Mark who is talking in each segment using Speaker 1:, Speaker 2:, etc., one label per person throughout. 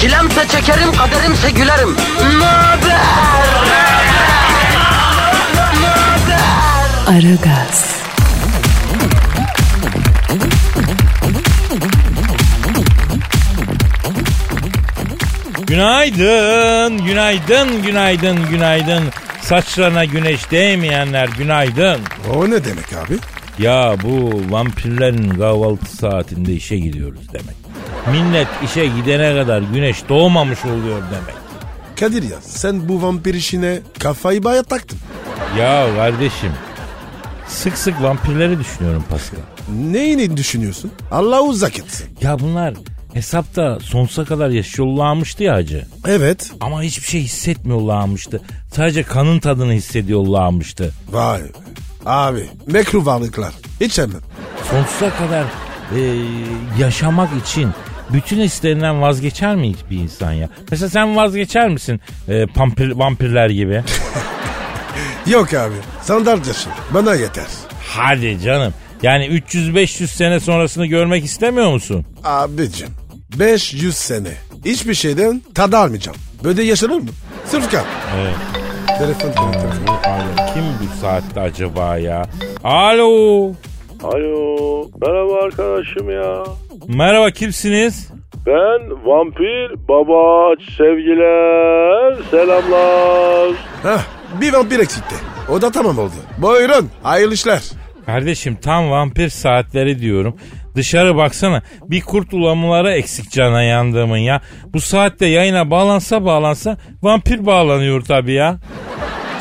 Speaker 1: Çilemse çekerim, kaderimse gülerim. Möber!
Speaker 2: Aragaz,
Speaker 3: Günaydın, günaydın, günaydın, günaydın. Saçlarına güneş değmeyenler günaydın.
Speaker 4: O ne demek abi?
Speaker 3: Ya bu vampirlerin kahvaltı saatinde işe gidiyoruz demek. Millet işe gidene kadar güneş doğmamış oluyor demek.
Speaker 4: Kadir ya sen bu vampir işine kafayı baya taktın.
Speaker 3: Ya kardeşim sık sık vampirleri düşünüyorum Pascal.
Speaker 4: Neyini düşünüyorsun? Allah uzak etsin.
Speaker 3: Ya bunlar hesapta sonsuza kadar yaşıyorlarmıştı ya hacı.
Speaker 4: Evet.
Speaker 3: Ama hiçbir şey hissetmiyorlarmıştı. Sadece kanın tadını hissediyorlarmıştı.
Speaker 4: Vay be. Abi mekruh varlıklar. Hiç hemen.
Speaker 3: sonsuza kadar e, yaşamak için bütün hislerinden vazgeçer mi bir insan ya? Mesela sen vazgeçer misin e, pampir- vampirler gibi?
Speaker 4: Yok abi. Sandal taşı. Bana yeter.
Speaker 3: Hadi canım. Yani 300-500 sene sonrasını görmek istemiyor musun?
Speaker 4: Abicim. 500 sene. Hiçbir şeyden tadı almayacağım. Böyle yaşanır mı? Sırf kal.
Speaker 3: Evet.
Speaker 4: Telefon, telefon.
Speaker 3: Alo, kim bu saatte acaba ya? Alo.
Speaker 5: Alo, merhaba arkadaşım ya.
Speaker 3: Merhaba kimsiniz?
Speaker 5: Ben vampir babaç, sevgiler, selamlar.
Speaker 4: Hah, bir vampir eksikti. O da tamam oldu. Buyurun. Hayırlı işler.
Speaker 3: Kardeşim tam vampir saatleri diyorum. Dışarı baksana bir kurt ulamıları eksik cana yandığımın ya. Bu saatte yayına bağlansa bağlansa vampir bağlanıyor tabii ya.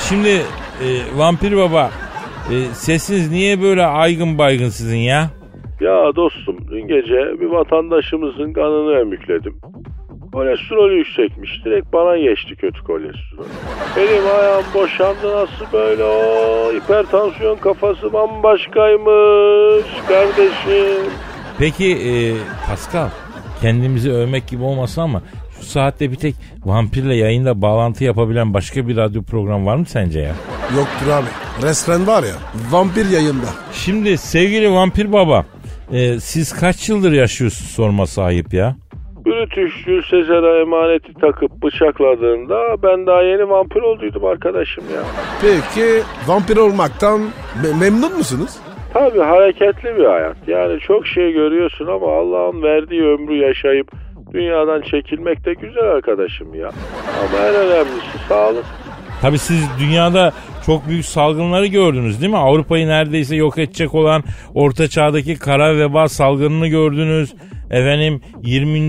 Speaker 3: Şimdi e, vampir baba e, sesiniz niye böyle aygın baygın sizin ya?
Speaker 5: Ya dostum, dün gece bir vatandaşımızın kanını emükledim. Kolesterolü yüksekmiş, direkt bana geçti kötü kolesterol. Elim ayağım boşandı nasıl böyle o? Hipertansiyon kafası bambaşkaymış kardeşim.
Speaker 3: Peki e, Pascal kendimizi övmek gibi olmasın ama şu saatte bir tek vampirle yayında bağlantı yapabilen başka bir radyo programı var mı sence ya?
Speaker 4: Yoktur abi. Resmen var ya vampir yayında.
Speaker 3: Şimdi sevgili vampir baba e, siz kaç yıldır yaşıyorsunuz sorma sahip ya?
Speaker 5: Brutus Jules Sezar'a emaneti takıp bıçakladığında ben daha yeni vampir olduydum arkadaşım ya.
Speaker 4: Peki vampir olmaktan me- memnun musunuz?
Speaker 5: Tabii hareketli bir hayat. Yani çok şey görüyorsun ama Allah'ın verdiği ömrü yaşayıp dünyadan çekilmek de güzel arkadaşım ya. Ama en önemlisi sağlık.
Speaker 3: Tabi siz dünyada çok büyük salgınları gördünüz değil mi? Avrupa'yı neredeyse yok edecek olan orta çağdaki kara veba salgınını gördünüz. Efendim 20.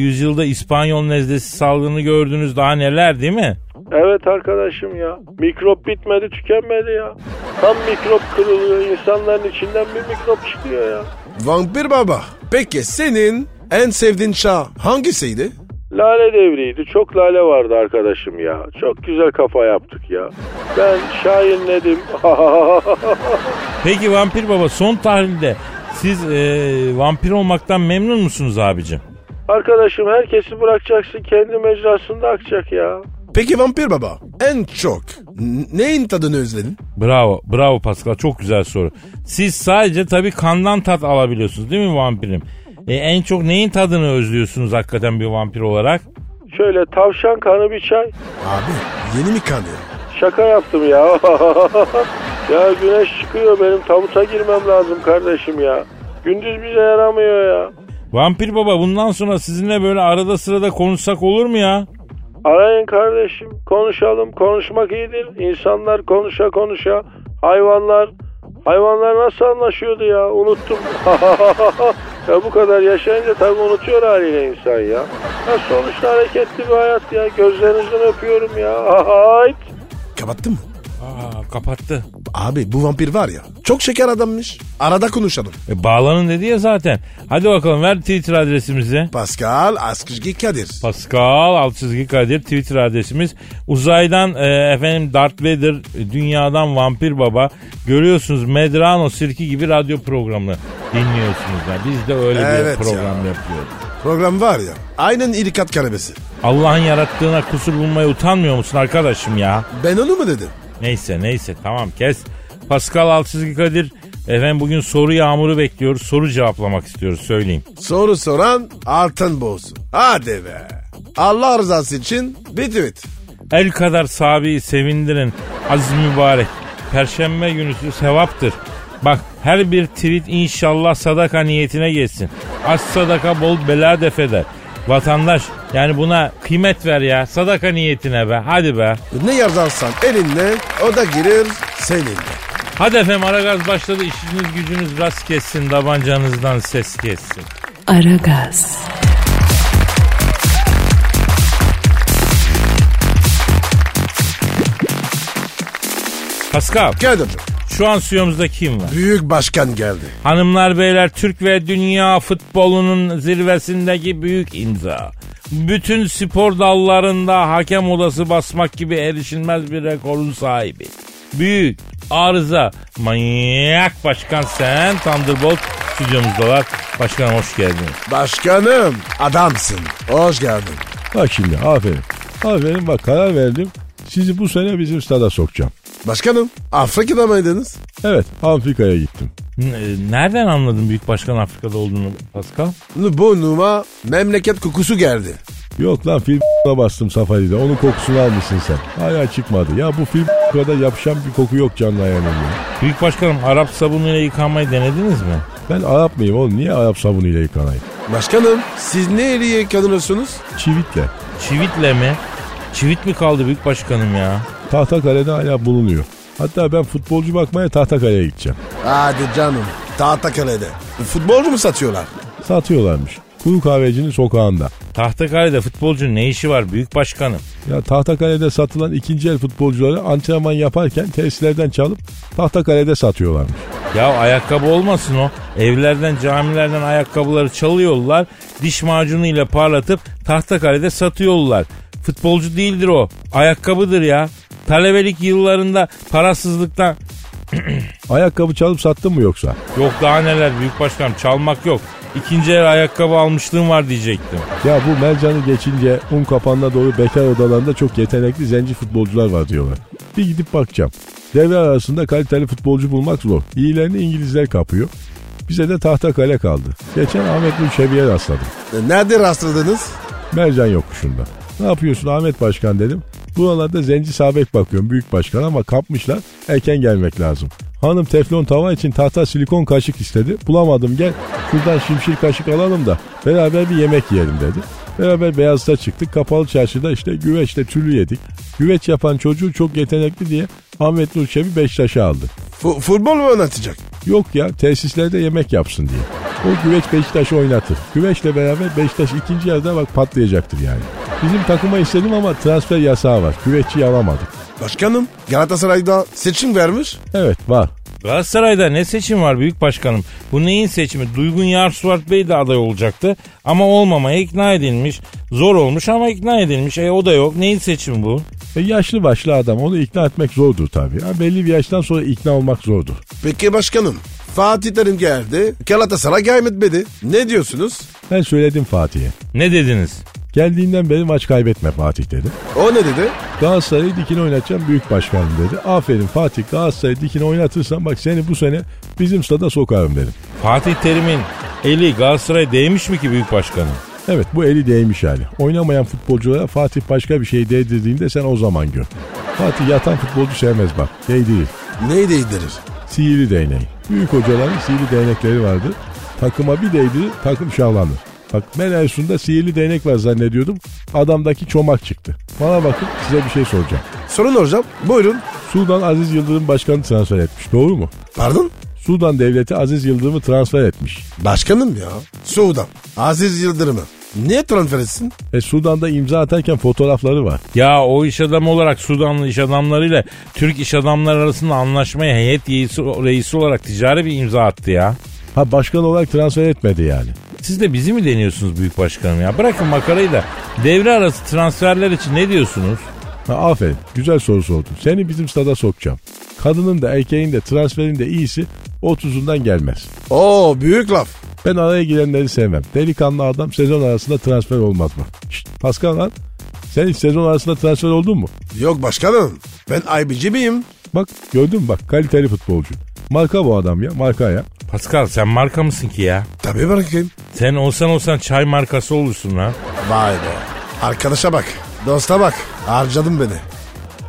Speaker 3: yüzyılda İspanyol nezlesi salgını gördünüz daha neler değil mi?
Speaker 5: Evet arkadaşım ya. Mikrop bitmedi tükenmedi ya. Tam mikrop kırılıyor. insanların içinden bir mikrop çıkıyor ya.
Speaker 4: Vampir baba. Peki senin en sevdiğin çağ hangisiydi?
Speaker 5: Lale devriydi. Çok lale vardı arkadaşım ya. Çok güzel kafa yaptık ya. Ben şahinledim.
Speaker 3: Peki vampir baba son tahlilde siz e, vampir olmaktan memnun musunuz abicim?
Speaker 5: arkadaşım herkesi bırakacaksın. Kendi mecrasında akacak ya.
Speaker 4: Peki vampir baba en çok n- neyin tadını özledin?
Speaker 3: Bravo, bravo Pascal. Çok güzel soru. Siz sadece tabii kandan tat alabiliyorsunuz değil mi vampirim? E, en çok neyin tadını özlüyorsunuz hakikaten bir vampir olarak?
Speaker 5: Şöyle tavşan kanı bir çay.
Speaker 4: Abi yeni mi kanıyor?
Speaker 5: Şaka yaptım ya. ya güneş çıkıyor. Benim tabuta girmem lazım kardeşim ya. Gündüz bize yaramıyor ya.
Speaker 3: Vampir baba bundan sonra sizinle böyle arada sırada konuşsak olur mu ya?
Speaker 5: Arayın kardeşim. Konuşalım. Konuşmak iyidir. İnsanlar konuşa konuşa. Hayvanlar. Hayvanlar nasıl anlaşıyordu ya? Unuttum. ya bu kadar yaşayınca tabii unutuyor haliyle insan ya. Ya sonuçta hareketli bir hayat ya. Gözlerinizden öpüyorum ya. Hayt.
Speaker 4: Kapattın mı?
Speaker 3: Aa kapattı.
Speaker 4: Abi bu vampir var ya çok şeker adammış. Arada konuşalım.
Speaker 3: E, bağlanın dedi ya zaten. Hadi bakalım ver Twitter adresimizi.
Speaker 4: Pascal Askışgi Kadir.
Speaker 3: Pascal alt çizgi Kadir Twitter adresimiz. Uzaydan e, efendim Darth Vader, e, dünyadan Vampir Baba. Görüyorsunuz Medrano Sirki gibi radyo programını dinliyorsunuz. Yani biz de öyle
Speaker 4: Evet
Speaker 3: bir program
Speaker 4: ya.
Speaker 3: yapıyoruz.
Speaker 4: Program var ya aynen ilikat karabesi.
Speaker 3: Allah'ın yarattığına kusur bulmaya utanmıyor musun arkadaşım ya?
Speaker 4: Ben onu mu dedim?
Speaker 3: Neyse neyse tamam kes. Pascal alt çizgi Kadir efendim bugün soru yağmuru bekliyoruz. Soru cevaplamak istiyoruz söyleyeyim.
Speaker 4: Soru soran altın boğsun. Hadi be. Allah rızası için bit bit.
Speaker 3: El kadar sahabeyi sevindirin. Aziz mübarek. Perşembe günüsü sevaptır. Bak her bir tweet inşallah sadaka niyetine geçsin. Az sadaka bol bela defeder. Vatandaş yani buna kıymet ver ya. Sadaka niyetine be. Hadi be.
Speaker 4: Ne yazarsan elinle o da girir seninle.
Speaker 3: Hadi efendim Aragaz başladı. İşiniz gücünüz rast kessin. Tabancanızdan ses kessin.
Speaker 2: Aragaz,
Speaker 3: Pascal
Speaker 4: Kadir
Speaker 3: şu an stüdyomuzda kim var?
Speaker 4: büyük başkan geldi.
Speaker 3: Hanımlar beyler Türk ve dünya futbolunun zirvesindeki büyük imza. Bütün spor dallarında hakem odası basmak gibi erişilmez bir rekorun sahibi. Büyük, arıza, manyak başkan sen Thunderbolt stüdyomuzdalar. Başkanım hoş geldiniz.
Speaker 4: Başkanım adamsın. Hoş geldin.
Speaker 6: Bak şimdi aferin. Aferin bak karar verdim. Sizi bu sene bizim stada sokacağım.
Speaker 4: Başkanım Afrika'da mıydınız?
Speaker 6: Evet Afrika'ya gittim.
Speaker 3: N- e, Nereden anladın büyük başkan Afrika'da olduğunu Pascal?
Speaker 4: Bu numa memleket kokusu geldi.
Speaker 6: Yok lan film bastım safaride. Onun kokusunu almışsın sen. Hala çıkmadı. Ya bu film kadar yapışan bir koku yok canlı ayağına ya.
Speaker 3: Büyük başkanım Arap sabunuyla yıkanmayı denediniz mi?
Speaker 6: Ben Arap mıyım oğlum? Niye Arap sabunuyla yıkanayım?
Speaker 4: Başkanım siz ne eriye kanıyorsunuz?
Speaker 6: Çivitle.
Speaker 3: Çivitle mi? Çivit mi kaldı büyük başkanım ya?
Speaker 6: Tahtakale'de hala bulunuyor. Hatta ben futbolcu bakmaya Tahtakale'ye gideceğim.
Speaker 4: Hadi canım. Tahtakale'de. Futbolcu mu satıyorlar?
Speaker 6: Satıyorlarmış. Kuru kahvecinin sokağında.
Speaker 3: Tahtakale'de futbolcunun ne işi var büyük başkanım?
Speaker 6: Ya Tahtakale'de satılan ikinci el futbolcuları antrenman yaparken tesislerden çalıp Tahtakale'de satıyorlarmış.
Speaker 3: Ya ayakkabı olmasın o. Evlerden camilerden ayakkabıları çalıyorlar. Diş macunuyla parlatıp tahtakarede satıyorlar. Futbolcu değildir o. Ayakkabıdır ya. Talebelik yıllarında parasızlıktan
Speaker 6: Ayakkabı çalıp sattın mı yoksa?
Speaker 3: yok daha neler büyük başkanım çalmak yok. İkinci el ayakkabı almışlığım var diyecektim.
Speaker 6: Ya bu Mercan'ı geçince un kapanına doğru bekar odalarında çok yetenekli zenci futbolcular var diyorlar. Bir gidip bakacağım. Devre arasında kaliteli futbolcu bulmak zor. İyilerini İngilizler kapıyor. Bize de Tahtakale kaldı. Geçen Ahmet Mülşevi'ye rastladım.
Speaker 4: Nerede rastladınız?
Speaker 6: Mercan yokuşunda. Ne yapıyorsun Ahmet Başkan dedim. Buralarda Zenci Sabek bakıyorum büyük başkan ama kapmışlar erken gelmek lazım. Hanım teflon tava için tahta silikon kaşık istedi. Bulamadım gel şuradan şimşir kaşık alalım da beraber bir yemek yiyelim dedi. Beraber Beyazıt'a çıktık kapalı çarşıda işte güveçte türlü yedik. Güveç yapan çocuğu çok yetenekli diye Ahmet Nur Çebi Beşiktaş'a aldı.
Speaker 4: Fu- futbol mu oynatacak?
Speaker 6: Yok ya tesislerde yemek yapsın diye. O güveç Beşiktaş'ı oynatır. Güveçle beraber Beşiktaş ikinci yarıda bak patlayacaktır yani. Bizim takıma istedim ama transfer yasağı var. Güveççiyi alamadık.
Speaker 4: Başkanım Galatasaray'da seçim vermiş.
Speaker 6: Evet var.
Speaker 3: Galatasaray'da ne seçim var büyük başkanım? Bu neyin seçimi? Duygun Yar Suat Bey de aday olacaktı ama olmamaya ikna edilmiş. Zor olmuş ama ikna edilmiş. E o da yok. Neyin seçimi bu?
Speaker 6: E, yaşlı başlı adam onu ikna etmek zordur tabii. Ha, belli bir yaştan sonra ikna olmak zordur.
Speaker 4: Peki başkanım Fatih Terim geldi. Galatasaray gelmedi. Ne diyorsunuz?
Speaker 6: Ben söyledim Fatih'e.
Speaker 3: Ne dediniz?
Speaker 6: Geldiğinden beri maç kaybetme Fatih dedi.
Speaker 4: O ne dedi?
Speaker 6: Galatasaray'ı dikine oynatacağım büyük başkanım dedi. Aferin Fatih Galatasaray'ı dikine oynatırsan bak seni bu sene bizim stada sokarım dedim.
Speaker 3: Fatih Terim'in eli Galatasaray'a değmiş mi ki büyük başkanım?
Speaker 6: Evet bu eli değmiş hali. Oynamayan futbolculara Fatih başka bir şey değdirdiğinde sen o zaman gör. Fatih yatan futbolcu sevmez bak. Değdirir.
Speaker 4: Neyi değdirir?
Speaker 6: Sihirli değneği. Büyük hocaların sihirli değnekleri vardı. Takıma bir değdirir takım şahlanır. Bak ben Ersun'da sihirli değnek var zannediyordum. Adamdaki çomak çıktı. Bana bakın size bir şey soracağım.
Speaker 4: Sorun hocam. Buyurun.
Speaker 6: Sudan Aziz Yıldırım başkanı transfer etmiş. Doğru mu?
Speaker 4: Pardon?
Speaker 6: Sudan devleti Aziz Yıldırım'ı transfer etmiş.
Speaker 4: Başkanım ya. Sudan. Aziz Yıldırım'ı. Niye transfer etsin?
Speaker 6: E Sudan'da imza atarken fotoğrafları var.
Speaker 3: Ya o iş adamı olarak Sudanlı iş adamlarıyla Türk iş adamları arasında anlaşmaya heyet reisi, reisi olarak ticari bir imza attı ya.
Speaker 6: Ha başkan olarak transfer etmedi yani.
Speaker 3: Siz de bizi mi deniyorsunuz büyük başkanım ya? Bırakın makarayı da devre arası transferler için ne diyorsunuz?
Speaker 6: Ha, aferin güzel soru sordun. Seni bizim stada sokacağım. Kadının da erkeğin de transferin de iyisi 30'undan gelmez.
Speaker 4: Oo büyük laf.
Speaker 6: Ben araya girenleri sevmem. Delikanlı adam sezon arasında transfer olmaz mı? Şşt Pascal lan. Sen hiç sezon arasında transfer oldun mu?
Speaker 4: Yok başkanım. Ben IBC miyim?
Speaker 6: Bak gördün mü bak kaliteli futbolcu. Marka bu adam ya marka ya.
Speaker 3: Pascal sen marka mısın ki ya?
Speaker 4: Tabii bırakayım.
Speaker 3: Sen olsan olsan çay markası olursun lan.
Speaker 4: Vay be. Arkadaşa bak. Dosta bak. Harcadın beni.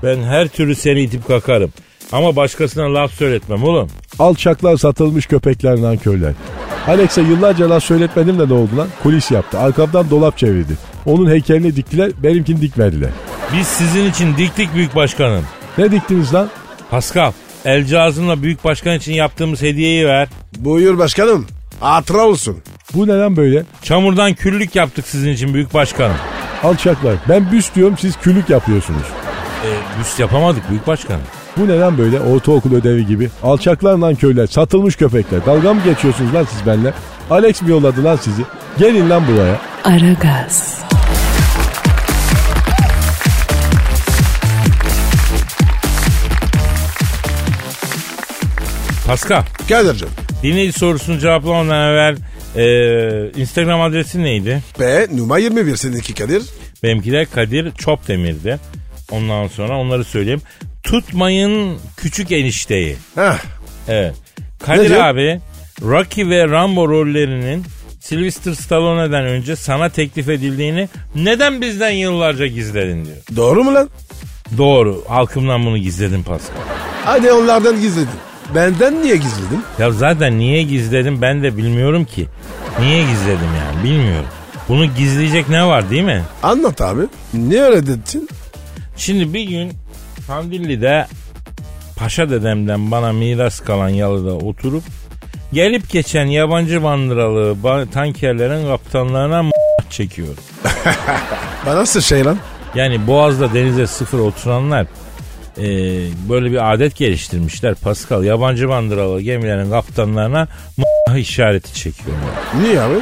Speaker 3: Ben her türlü seni itip kakarım. Ama başkasına laf söyletmem oğlum.
Speaker 6: Alçaklar satılmış köpekler nankörler. Alex'e yıllarca laf söyletmedim de ne oldu lan? Kulis yaptı. Arkamdan dolap çevirdi. Onun heykelini diktiler, benimkini dikmediler.
Speaker 3: Biz sizin için diktik büyük başkanım.
Speaker 6: Ne diktiniz lan?
Speaker 3: Pascal, el cihazımla büyük başkan için yaptığımız hediyeyi ver.
Speaker 4: Buyur başkanım. Hatıra olsun.
Speaker 6: Bu ne lan böyle?
Speaker 3: Çamurdan küllük yaptık sizin için büyük başkanım.
Speaker 6: Alçaklar. Ben büst diyorum siz külük yapıyorsunuz.
Speaker 3: E, büst yapamadık büyük başkanım.
Speaker 6: Bu ne lan böyle? Ortaokul ödevi gibi. Alçaklar lan köyler. Satılmış köpekler. Dalga mı geçiyorsunuz lan siz benimle? Alex mi yolladı lan sizi? Gelin lan buraya.
Speaker 2: Aragaz,
Speaker 3: Pascal,
Speaker 4: Kadir'cim.
Speaker 3: dinleyici sorusunu cevaplamadan evvel e, Instagram adresin neydi?
Speaker 4: P numara 21 seninki Kadir.
Speaker 3: Benimki de Kadir Çopdemir'di. Ondan sonra onları söyleyeyim. Tutmayın küçük enişteyi.
Speaker 4: Heh.
Speaker 3: Evet. Kadir
Speaker 4: Nedir?
Speaker 3: abi Rocky ve Rambo rollerinin Sylvester Stallone'den önce sana teklif edildiğini neden bizden yıllarca gizledin diyor.
Speaker 4: Doğru mu lan?
Speaker 3: Doğru. Halkımdan bunu gizledim Pascal.
Speaker 4: Hadi onlardan gizledin. Benden niye gizledin?
Speaker 3: Ya zaten niye gizledim ben de bilmiyorum ki. Niye gizledim yani bilmiyorum. Bunu gizleyecek ne var değil mi?
Speaker 4: Anlat abi. Niye öyle dedin?
Speaker 3: Şimdi bir gün Kandilli'de Paşa dedemden bana miras kalan yalıda oturup gelip geçen yabancı bandıralı ba- tankerlerin kaptanlarına m- çekiyorum.
Speaker 4: Bana nasıl şey lan?
Speaker 3: Yani Boğaz'da denize sıfır oturanlar e, böyle bir adet geliştirmişler Pascal. Yabancı bandıralı gemilerin kaptanlarına m- işareti çekiyorlar.
Speaker 4: Niye abi?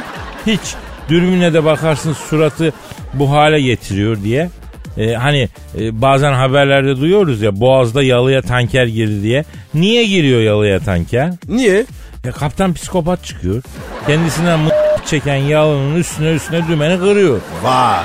Speaker 3: Hiç dürbüne de bakarsın suratı bu hale getiriyor diye. E, hani e, bazen haberlerde duyuyoruz ya Boğaz'da yalıya tanker girdi diye. Niye giriyor yalıya tanker?
Speaker 4: Niye?
Speaker 3: Ya kaptan psikopat çıkıyor. Kendisinden m- çeken yalının üstüne üstüne dümeni kırıyor.
Speaker 4: Vay.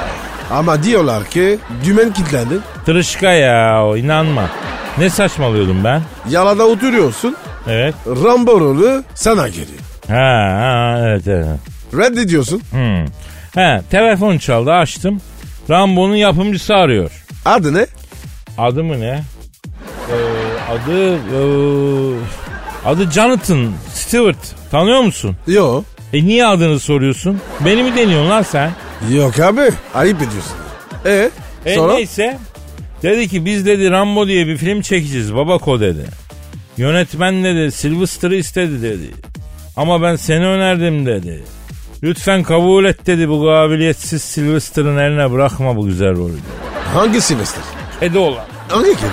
Speaker 4: Ama diyorlar ki dümen kilitlendi.
Speaker 3: Tırışka ya o, inanma. Ne saçmalıyordum ben?
Speaker 4: Yalada oturuyorsun.
Speaker 3: Evet.
Speaker 4: Rambo rolü sana geliyor.
Speaker 3: Ha, ha evet evet.
Speaker 4: Reddediyorsun.
Speaker 3: Hmm. He, telefon çaldı açtım. Rambo'nun yapımcısı arıyor.
Speaker 4: Adı ne?
Speaker 3: Adı mı ne? Ee, adı ee, adı Jonathan Stewart. Tanıyor musun?
Speaker 4: Yo.
Speaker 3: E niye adını soruyorsun? Beni mi deniyorsun lan sen?
Speaker 4: Yok abi. Ayıp ediyorsun. E,
Speaker 3: E
Speaker 4: sonra?
Speaker 3: neyse. Dedi ki biz dedi Rambo diye bir film çekeceğiz babako dedi. Yönetmen dedi Sylvester'ı istedi dedi. Ama ben seni önerdim dedi. Lütfen kabul et dedi bu kabiliyetsiz Sylvester'ın eline bırakma bu güzel rolü. dedi.
Speaker 4: Hangi Sylvester?
Speaker 3: Kedi olan.
Speaker 4: Hangi kedi?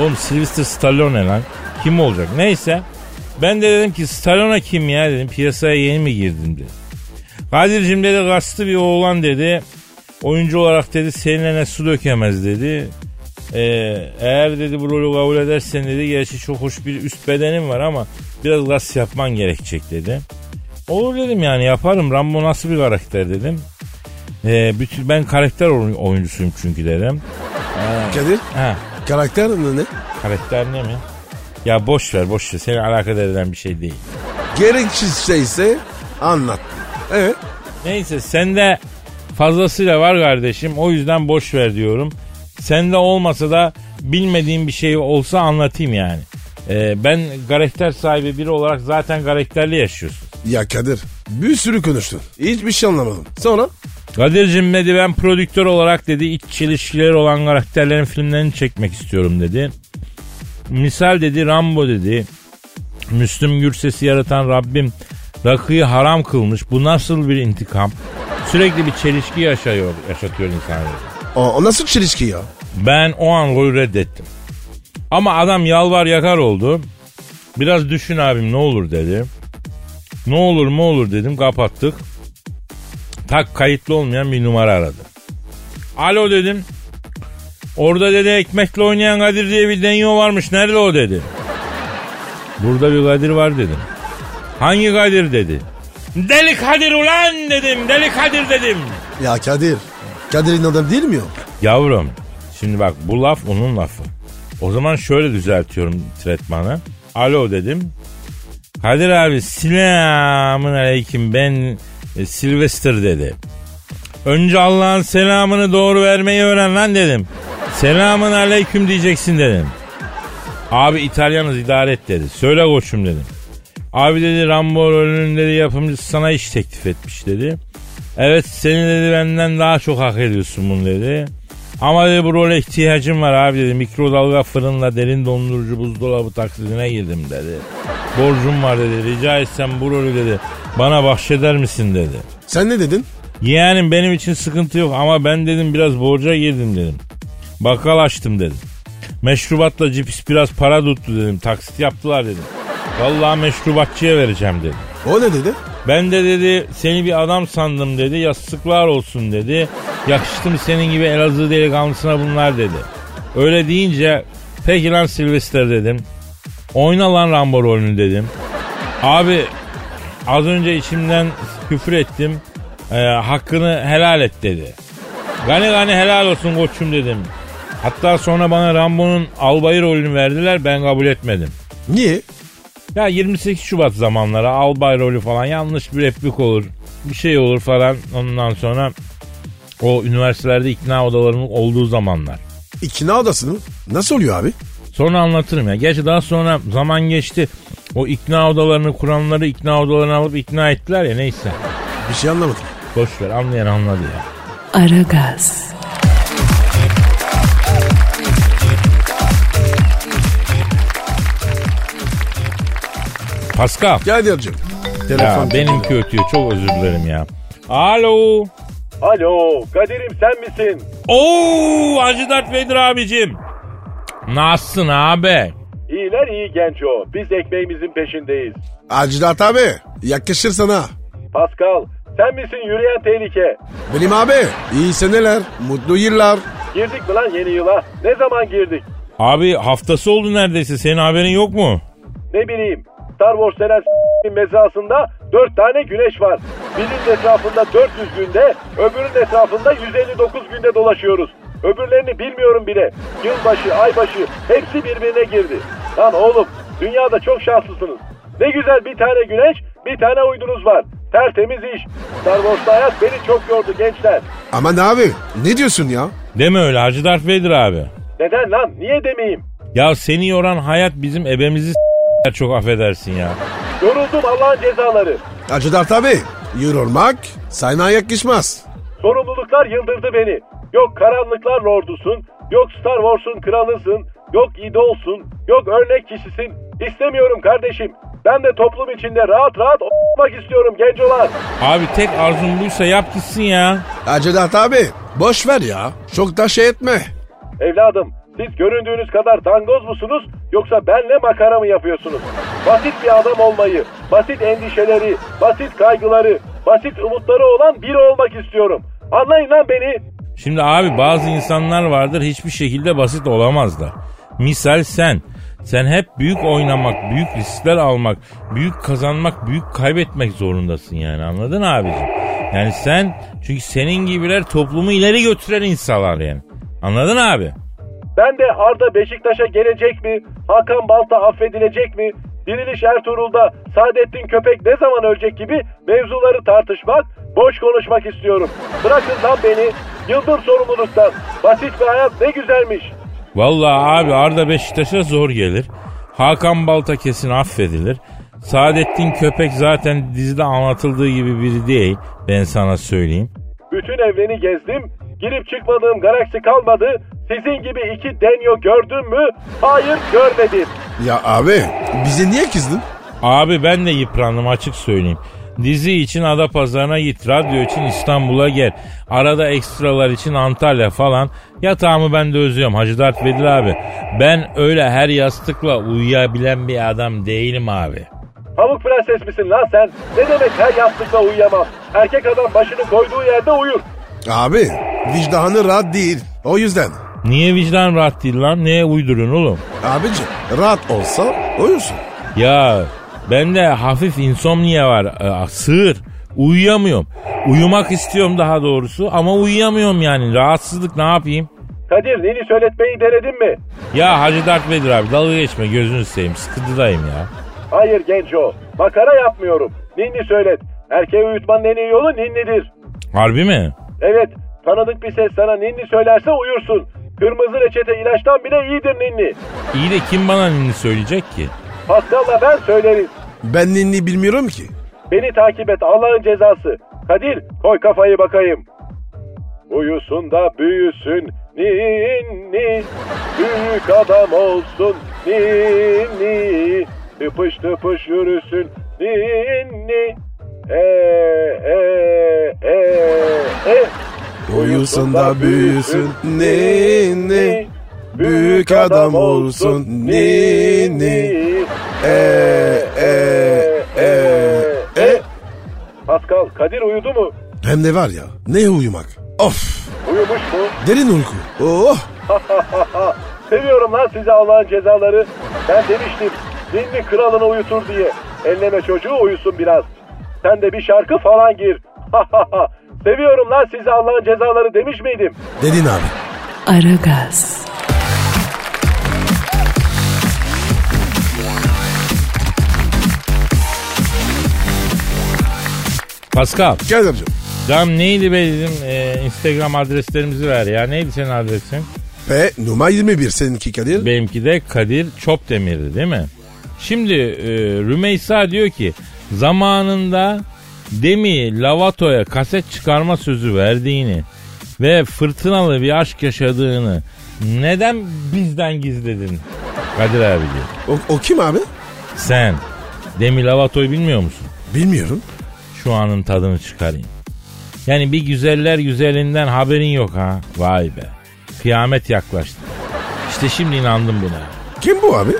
Speaker 3: Oğlum Sylvester Stallone lan. Kim olacak? Neyse. Ben de dedim ki Stallone kim ya dedim. Piyasaya yeni mi girdin dedi. Kadir'cim dedi kastı bir oğlan dedi. Oyuncu olarak dedi seninle ne su dökemez dedi. Ee, eğer dedi bu rolü kabul edersen dedi gerçi çok hoş bir üst bedenim var ama biraz gaz yapman gerekecek dedi. Olur dedim yani yaparım Rambo nasıl bir karakter dedim. Ee, bütün, ben karakter oyun- oyuncusuyum çünkü dedim.
Speaker 4: Kadir?
Speaker 3: Ha,
Speaker 4: Karakter ne? ne?
Speaker 3: Karakter ne mi? Ya boş ver boş ver. Seni alakadar eden bir şey değil.
Speaker 4: Gereksiz şeyse anlat. Evet.
Speaker 3: Neyse sende fazlasıyla var kardeşim. O yüzden boş ver diyorum. Sende olmasa da bilmediğim bir şey olsa anlatayım yani. Ee, ben karakter sahibi biri olarak zaten karakterli yaşıyorsun.
Speaker 4: Ya Kadir bir sürü konuştun. Hiçbir şey anlamadım. Sonra?
Speaker 3: Kadir'cim dedi ben prodüktör olarak dedi iç çelişkileri olan karakterlerin filmlerini çekmek istiyorum dedi. Misal dedi Rambo dedi. Müslüm Gürses'i yaratan Rabbim rakıyı haram kılmış. Bu nasıl bir intikam? Sürekli bir çelişki yaşıyor, yaşatıyor insanları.
Speaker 4: O, o nasıl çelişki ya?
Speaker 3: Ben o an golü reddettim. Ama adam yalvar yakar oldu. Biraz düşün abim ne olur dedi. Ne olur mu olur dedim kapattık. Tak kayıtlı olmayan bir numara aradı. Alo dedim. Orada dedi ekmekle oynayan Kadir diye bir denyo varmış. Nerede o dedi. Burada bir Kadir var dedim. Hangi Kadir dedi. Deli Kadir ulan dedim. Deli Kadir dedim.
Speaker 4: Ya Kadir. Kadir'in adam değil mi o?
Speaker 3: Yavrum şimdi bak bu laf onun lafı. O zaman şöyle düzeltiyorum tretmanı. Alo dedim. Kadir abi selamın aleyküm ben e, Sylvester dedi. Önce Allah'ın selamını doğru vermeyi öğren lan dedim. Selamın aleyküm diyeceksin dedim. Abi İtalyanız idare et dedi. Söyle koçum dedim. Abi dedi Rambo rolünün dedi yapımcısı sana iş teklif etmiş dedi. Evet seni dedi benden daha çok hak ediyorsun bunu dedi. Ama dedi bu role ihtiyacım var abi dedi. Mikrodalga fırınla derin dondurucu buzdolabı taklidine girdim dedi. Borcum var dedi. Rica etsem bu rolü dedi. Bana bahşeder misin dedi.
Speaker 4: Sen ne dedin?
Speaker 3: Yeğenim benim için sıkıntı yok ama ben dedim biraz borca girdim dedim. Bakkal açtım dedim. Meşrubatla cipis biraz para tuttu dedim. Taksit yaptılar dedim. Vallahi meşrubatçıya vereceğim dedim.
Speaker 4: O ne dedi?
Speaker 3: Ben de dedi seni bir adam sandım dedi. Yastıklar olsun dedi. Yakıştım senin gibi Elazığ delikanlısına bunlar dedi. Öyle deyince peki lan Sylvester dedim. Oyna lan Rambo rolünü dedim. Abi az önce içimden küfür ettim. Ee, hakkını helal et dedi. Gani gani helal olsun koçum dedim. Hatta sonra bana Rambo'nun albayı rolünü verdiler ben kabul etmedim.
Speaker 4: Niye?
Speaker 3: Ya 28 Şubat zamanları albay rolü falan yanlış bir replik olur. Bir şey olur falan ondan sonra o üniversitelerde ikna odalarının olduğu zamanlar.
Speaker 4: İkna odası mı? Nasıl oluyor abi?
Speaker 3: Sonra anlatırım ya. Gerçi daha sonra zaman geçti. O ikna odalarını kuranları ikna odalarına alıp ikna ettiler ya neyse.
Speaker 4: Bir şey anlamadım.
Speaker 3: Boş ver anlayan anladı ya.
Speaker 2: Aragaz,
Speaker 3: Pascal.
Speaker 4: Gel Dilcim.
Speaker 3: Ya
Speaker 4: Telefon.
Speaker 3: benimki ötüyor çok özür dilerim ya. Alo.
Speaker 5: Alo Kadir'im sen misin?
Speaker 3: Oo Hacı Dert Vedir abicim. Nasılsın abi?
Speaker 5: İyiler iyi genco. Biz ekmeğimizin peşindeyiz.
Speaker 4: Acıdat abi. Yakışır sana.
Speaker 5: Pascal sen misin yürüyen tehlike?
Speaker 4: Benim abi. İyi seneler. Mutlu yıllar.
Speaker 5: Girdik mi lan yeni yıla? Ne zaman girdik?
Speaker 3: Abi haftası oldu neredeyse senin haberin yok mu?
Speaker 5: Ne bileyim. Star Wars denen s**in mezrasında 4 tane güneş var. Birinin etrafında 400 günde, öbürünün etrafında 159 günde dolaşıyoruz. Öbürlerini bilmiyorum bile. Yılbaşı, aybaşı hepsi birbirine girdi. Lan oğlum dünyada çok şanslısınız. Ne güzel bir tane güneş, bir tane uydunuz var. Tertemiz iş. Star Wars'ta hayat beni çok yordu gençler.
Speaker 4: Aman abi. Ne diyorsun ya?
Speaker 3: Deme öyle Hacı Darth Vader abi.
Speaker 5: Neden lan? Niye demeyeyim?
Speaker 3: Ya seni yoran hayat bizim ebemizi s**ler, çok affedersin ya.
Speaker 5: Yoruldum Allah'ın cezaları.
Speaker 4: Acıdat abi. Yorulmak sana yakışmaz.
Speaker 5: Sorumluluklar yıldırdı beni. Yok karanlıklar lordusun, yok Star Wars'un kralısın, yok idolsun, yok örnek kişisin. İstemiyorum kardeşim. Ben de toplum içinde rahat rahat olmak istiyorum gencolar.
Speaker 3: Abi tek arzun buysa yap gitsin ya.
Speaker 4: Acıdat abi. Boş ver ya. Çok da şey etme.
Speaker 5: Evladım siz göründüğünüz kadar dangoz musunuz yoksa benle makara mı yapıyorsunuz? Basit bir adam olmayı, basit endişeleri, basit kaygıları, basit umutları olan biri olmak istiyorum. Anlayın lan beni.
Speaker 3: Şimdi abi bazı insanlar vardır hiçbir şekilde basit olamazlar. Misal sen. Sen hep büyük oynamak, büyük riskler almak, büyük kazanmak, büyük kaybetmek zorundasın yani anladın abicim? Yani sen çünkü senin gibiler toplumu ileri götüren insanlar yani. Anladın abi?
Speaker 5: Ben de Arda Beşiktaş'a gelecek mi? Hakan Balta affedilecek mi? Diriliş Ertuğrul'da Saadettin Köpek ne zaman ölecek gibi mevzuları tartışmak, boş konuşmak istiyorum. Bırakın lan beni. Yıldır sorumluluktan. Basit bir hayat ne güzelmiş.
Speaker 3: Vallahi abi Arda Beşiktaş'a zor gelir. Hakan Balta kesin affedilir. Saadettin Köpek zaten dizide anlatıldığı gibi biri değil. Ben sana söyleyeyim.
Speaker 5: Bütün evreni gezdim. Girip çıkmadığım galaksi kalmadı. Sizin gibi iki denyo gördüm mü? Hayır görmedim.
Speaker 4: Ya abi. Bize niye kızdın?
Speaker 3: Abi ben de yıprandım açık söyleyeyim. Dizi için Adapazarı'na git, radyo için İstanbul'a gel. Arada ekstralar için Antalya falan. Yatağımı ben de özlüyorum Hacı Dert Vedil abi. Ben öyle her yastıkla uyuyabilen bir adam değilim abi.
Speaker 5: Pamuk prenses misin lan sen? Ne demek her yastıkla uyuyamam? Erkek adam başını koyduğu yerde uyur.
Speaker 4: Abi vicdanı rahat değil. O yüzden.
Speaker 3: Niye vicdan rahat değil lan? Neye uyduruyorsun oğlum?
Speaker 4: Abici rahat olsa uyusun.
Speaker 3: Ya bende hafif insomnia var. Ee, sığır. Uyuyamıyorum. Uyumak istiyorum daha doğrusu ama uyuyamıyorum yani. Rahatsızlık ne yapayım?
Speaker 5: Kadir nini söyletmeyi denedin mi?
Speaker 3: Ya Hacı Dert Vedir abi dalga geçme gözünü seveyim sıkıntıdayım ya.
Speaker 5: Hayır genco. Makara yapmıyorum. Ninni söylet. Erkeği uyutmanın en iyi yolu ninnidir.
Speaker 3: Harbi mi?
Speaker 5: Evet tanıdık bir ses sana ninni söylerse uyursun. Kırmızı reçete ilaçtan bile iyidir ninni.
Speaker 3: İyi de kim bana ninni söyleyecek ki?
Speaker 5: Pascal'la ben söyleriz.
Speaker 4: Ben ninni bilmiyorum ki.
Speaker 5: Beni takip et Allah'ın cezası. Kadir koy kafayı bakayım. Uyusun da büyüsün ninni. Büyük adam olsun ninni. Tıpış tıpış yürüsün ninni. E e e e.
Speaker 4: Uyusun da büyüsün ninni. Büyük adam olsun ninni. E e e e.
Speaker 5: Pascal Kadir uyudu mu?
Speaker 4: Hem de var ya ne uyumak. Of
Speaker 5: Uyumuş mu?
Speaker 4: derin uyku. Oh
Speaker 5: Seviyorum lan sizi Allah'ın cezaları. Ben demiştim ninni kralını uyutur diye. Elleme çocuğu uyusun biraz. Sen de bir şarkı falan gir. Seviyorum lan sizi Allah'ın cezaları demiş miydim?
Speaker 4: dedin abi.
Speaker 2: Aragaz,
Speaker 3: Pascal
Speaker 4: Gel amcım.
Speaker 3: tam neydi be dedim e, Instagram adreslerimizi ver ya. Neydi senin adresin?
Speaker 4: Ve numara 21 seninki Kadir.
Speaker 3: Benimki de Kadir Çopdemir'di değil mi? Şimdi e, Rümeysa diyor ki zamanında Demi Lovato'ya kaset çıkarma sözü verdiğini ve fırtınalı bir aşk yaşadığını neden bizden gizledin Kadir abi diyor.
Speaker 4: O, o kim abi?
Speaker 3: Sen Demi Lovato'yu bilmiyor musun?
Speaker 4: Bilmiyorum.
Speaker 3: Şu anın tadını çıkarayım. Yani bir güzeller güzelinden haberin yok ha. Vay be. Kıyamet yaklaştı. İşte şimdi inandım buna.
Speaker 4: Kim bu abi?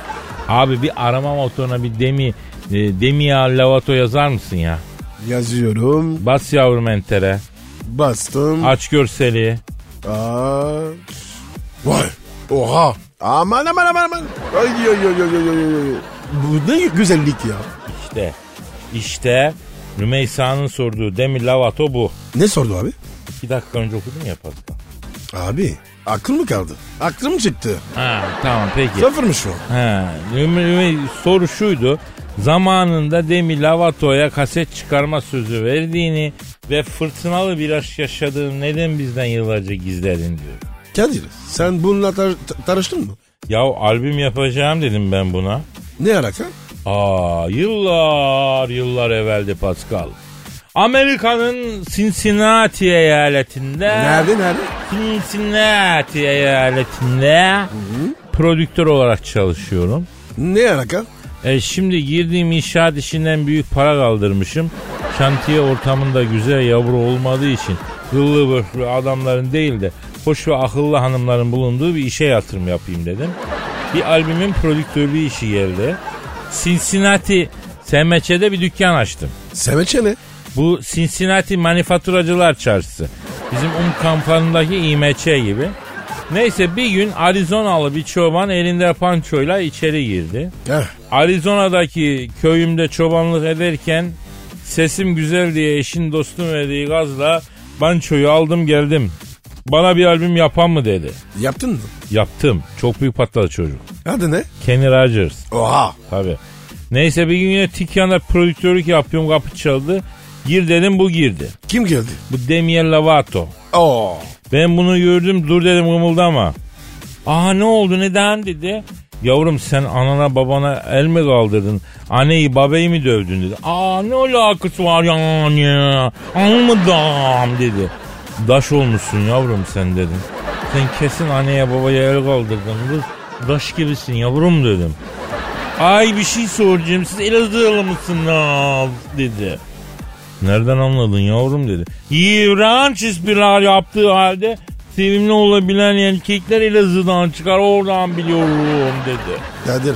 Speaker 3: Abi bir arama motoruna bir demi e, Demia Lavato yazar mısın ya?
Speaker 4: Yazıyorum.
Speaker 3: Bas yavrum entere.
Speaker 4: Bastım.
Speaker 3: Aç görseli.
Speaker 4: Aa. Vay. Oha. Aman aman aman aman. Ay ay ay ay ay ay, ay. Bu ne güzellik ya.
Speaker 3: İşte. İşte Rümeysa'nın sorduğu Demi Lavato bu.
Speaker 4: Ne sordu abi?
Speaker 3: İki dakika önce okudum ya Pascal.
Speaker 4: Abi akıl mı kaldı? Aklım çıktı.
Speaker 3: Ha tamam peki.
Speaker 4: Sıfırmış o.
Speaker 3: Ha, Rüme- Rüme- soru şuydu. Zamanında Demi Lovato'ya kaset çıkarma sözü verdiğini ve fırtınalı bir aşk yaşadığını neden bizden yıllarca gizledin diyor.
Speaker 4: Kadir sen bununla tar- ta- tanıştın mı?
Speaker 3: Ya albüm yapacağım dedim ben buna.
Speaker 4: Ne alaka?
Speaker 3: Aa yıllar yıllar evveldi Pascal. Amerika'nın Cincinnati eyaletinde
Speaker 4: Ee. Nerede nerede?
Speaker 3: Cincinnati eyaletinde prodüktör olarak çalışıyorum.
Speaker 4: Ne alaka?
Speaker 3: E şimdi girdiğim inşaat işinden büyük para kaldırmışım. Şantiye ortamında güzel yavru olmadığı için hıllı böhlü adamların değil de hoş ve akıllı hanımların bulunduğu bir işe yatırım yapayım dedim. Bir albümün prodüktörlüğü işi geldi. Cincinnati SMÇ'de bir dükkan açtım.
Speaker 4: Semeçe ne?
Speaker 3: Bu Cincinnati Manifaturacılar Çarşısı. Bizim um kamplarındaki İMÇ gibi. Neyse bir gün Arizonalı bir çoban elinde pançoyla içeri girdi.
Speaker 4: Heh.
Speaker 3: Arizona'daki köyümde çobanlık ederken sesim güzel diye eşin dostum verdiği gazla bançoyu aldım geldim. Bana bir albüm yapan mı dedi.
Speaker 4: Yaptın mı?
Speaker 3: Yaptım. Çok büyük patladı çocuk.
Speaker 4: Hadi ne?
Speaker 3: Kenny Rogers.
Speaker 4: Oha.
Speaker 3: Tabi. Neyse bir gün yine Tikyan'da prodüktörlük yapıyorum kapı çaldı. Gir dedim bu girdi.
Speaker 4: Kim geldi?
Speaker 3: Bu Demian Lovato.
Speaker 4: Oo.
Speaker 3: Ben bunu gördüm dur dedim kımıldama. Aha ne oldu neden dedi. Yavrum sen anana babana el mi kaldırdın? Anneyi babayı mı dövdün dedi. Aa ne alakası var yani anlamadım dedi. Daş olmuşsun yavrum sen dedim. Sen kesin anneye babaya el kaldırdın kız. Daş gibisin yavrum dedim. Ay bir şey soracağım siz Elazığlı mısınız dedi. Nereden anladın yavrum dedi. İğrenç espriler yaptığı halde sevimli olabilen erkekler Elazığ'dan çıkar oradan biliyorum dedi.
Speaker 4: Kadir.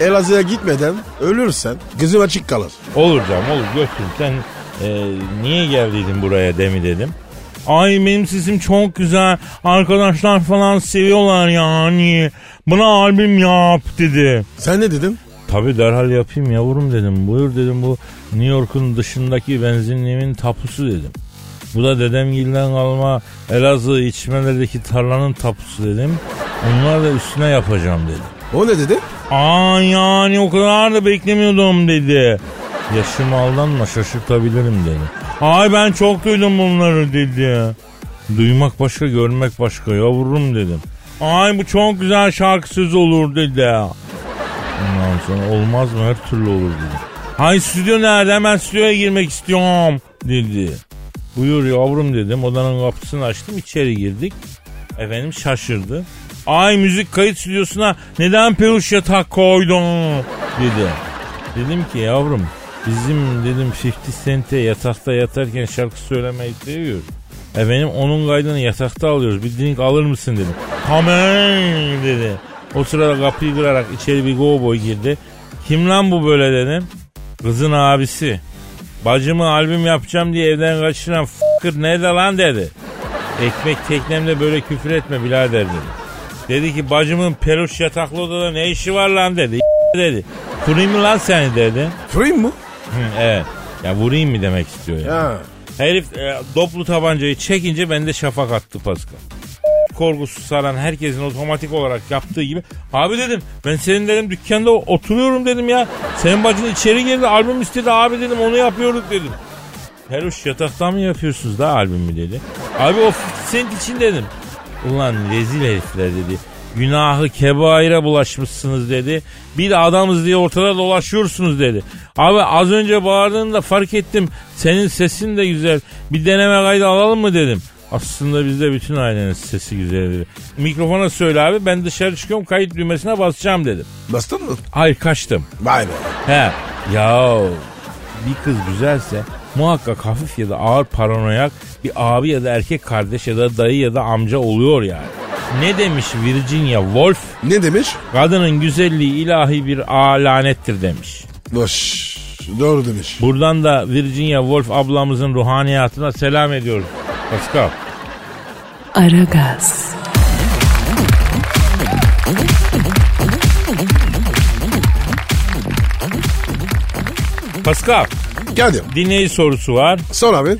Speaker 4: Elazığ'a gitmeden ölürsen gözüm açık kalır.
Speaker 3: Olur canım olur götürün sen e, niye geldiydin buraya demi dedim. Ay benim sesim çok güzel arkadaşlar falan seviyorlar yani buna albüm yap dedi.
Speaker 4: Sen ne dedin?
Speaker 3: Tabi derhal yapayım yavrum dedim. Buyur dedim bu New York'un dışındaki benzinliğimin tapusu dedim. Bu da dedemgilden kalma Elazığ içmelerdeki tarlanın tapusu dedim. Onlar da üstüne yapacağım dedi.
Speaker 4: O ne dedi?
Speaker 3: Aa yani o kadar da beklemiyordum dedi. Yaşım aldanma şaşırtabilirim dedi. Ay ben çok duydum bunları dedi. Duymak başka görmek başka yavrum dedim. Ay bu çok güzel şarkı sözü olur dedi. Ondan sonra olmaz mı her türlü olur dedi. Hay stüdyo nerede hemen stüdyoya girmek istiyorum dedi. Buyur yavrum dedim odanın kapısını açtım içeri girdik. Efendim şaşırdı. Ay müzik kayıt stüdyosuna neden peruş yatak koydun dedi. Dedim ki yavrum bizim dedim 50 sente yatakta yatarken şarkı söylemeyi seviyoruz. Efendim onun kaydını yatakta alıyoruz. Bir drink alır mısın dedim. Tamam dedi. O sırada kapıyı kırarak içeri bir cowboy girdi. Kim lan bu böyle dedim. Kızın abisi. Bacımı albüm yapacağım diye evden kaçıran f***ır nerede lan dedi. Ekmek teknemde böyle küfür etme birader dedi. Dedi ki bacımın peluş yataklı odada ne işi var lan dedi. dedi. Kurayım mı lan seni dedi.
Speaker 4: Fırayım mı?
Speaker 3: Hı, evet. Ya vurayım mı demek istiyor yani.
Speaker 4: Ha.
Speaker 3: Herif e, doplu tabancayı çekince bende şafak attı Pascal. Korkusu saran herkesin otomatik olarak yaptığı gibi. Abi dedim ben senin dedim dükkanda oturuyorum dedim ya. Senin bacın içeri girdi albüm istedi abi dedim onu yapıyoruz dedim. Peruş yataktan mı yapıyorsunuz da albümü dedi. Abi o senin için dedim. Ulan rezil herifler dedi. Günahı kebaire bulaşmışsınız dedi. Bir de adamız diye ortada dolaşıyorsunuz dedi. Abi az önce bağırdığında fark ettim. Senin sesin de güzel. Bir deneme kaydı alalım mı dedim. Aslında bizde bütün ailenin sesi güzel dedi. Mikrofona söyle abi ben dışarı çıkıyorum kayıt düğmesine basacağım dedim.
Speaker 4: Bastın mı?
Speaker 3: Hayır kaçtım.
Speaker 4: Vay be.
Speaker 3: He. Ya bir kız güzelse muhakkak hafif ya da ağır paranoyak bir abi ya da erkek kardeş ya da dayı ya da amca oluyor yani. Ne demiş Virginia Woolf?
Speaker 4: Ne demiş?
Speaker 3: Kadının güzelliği ilahi bir alanettir demiş.
Speaker 4: Boş. Doğru demiş.
Speaker 3: Buradan da Virginia Woolf ablamızın ruhaniyatına selam ediyoruz. Pascal.
Speaker 2: Aragaz,
Speaker 3: Pascal
Speaker 4: Kadir.
Speaker 3: dinleyici sorusu var.
Speaker 4: Sor abi.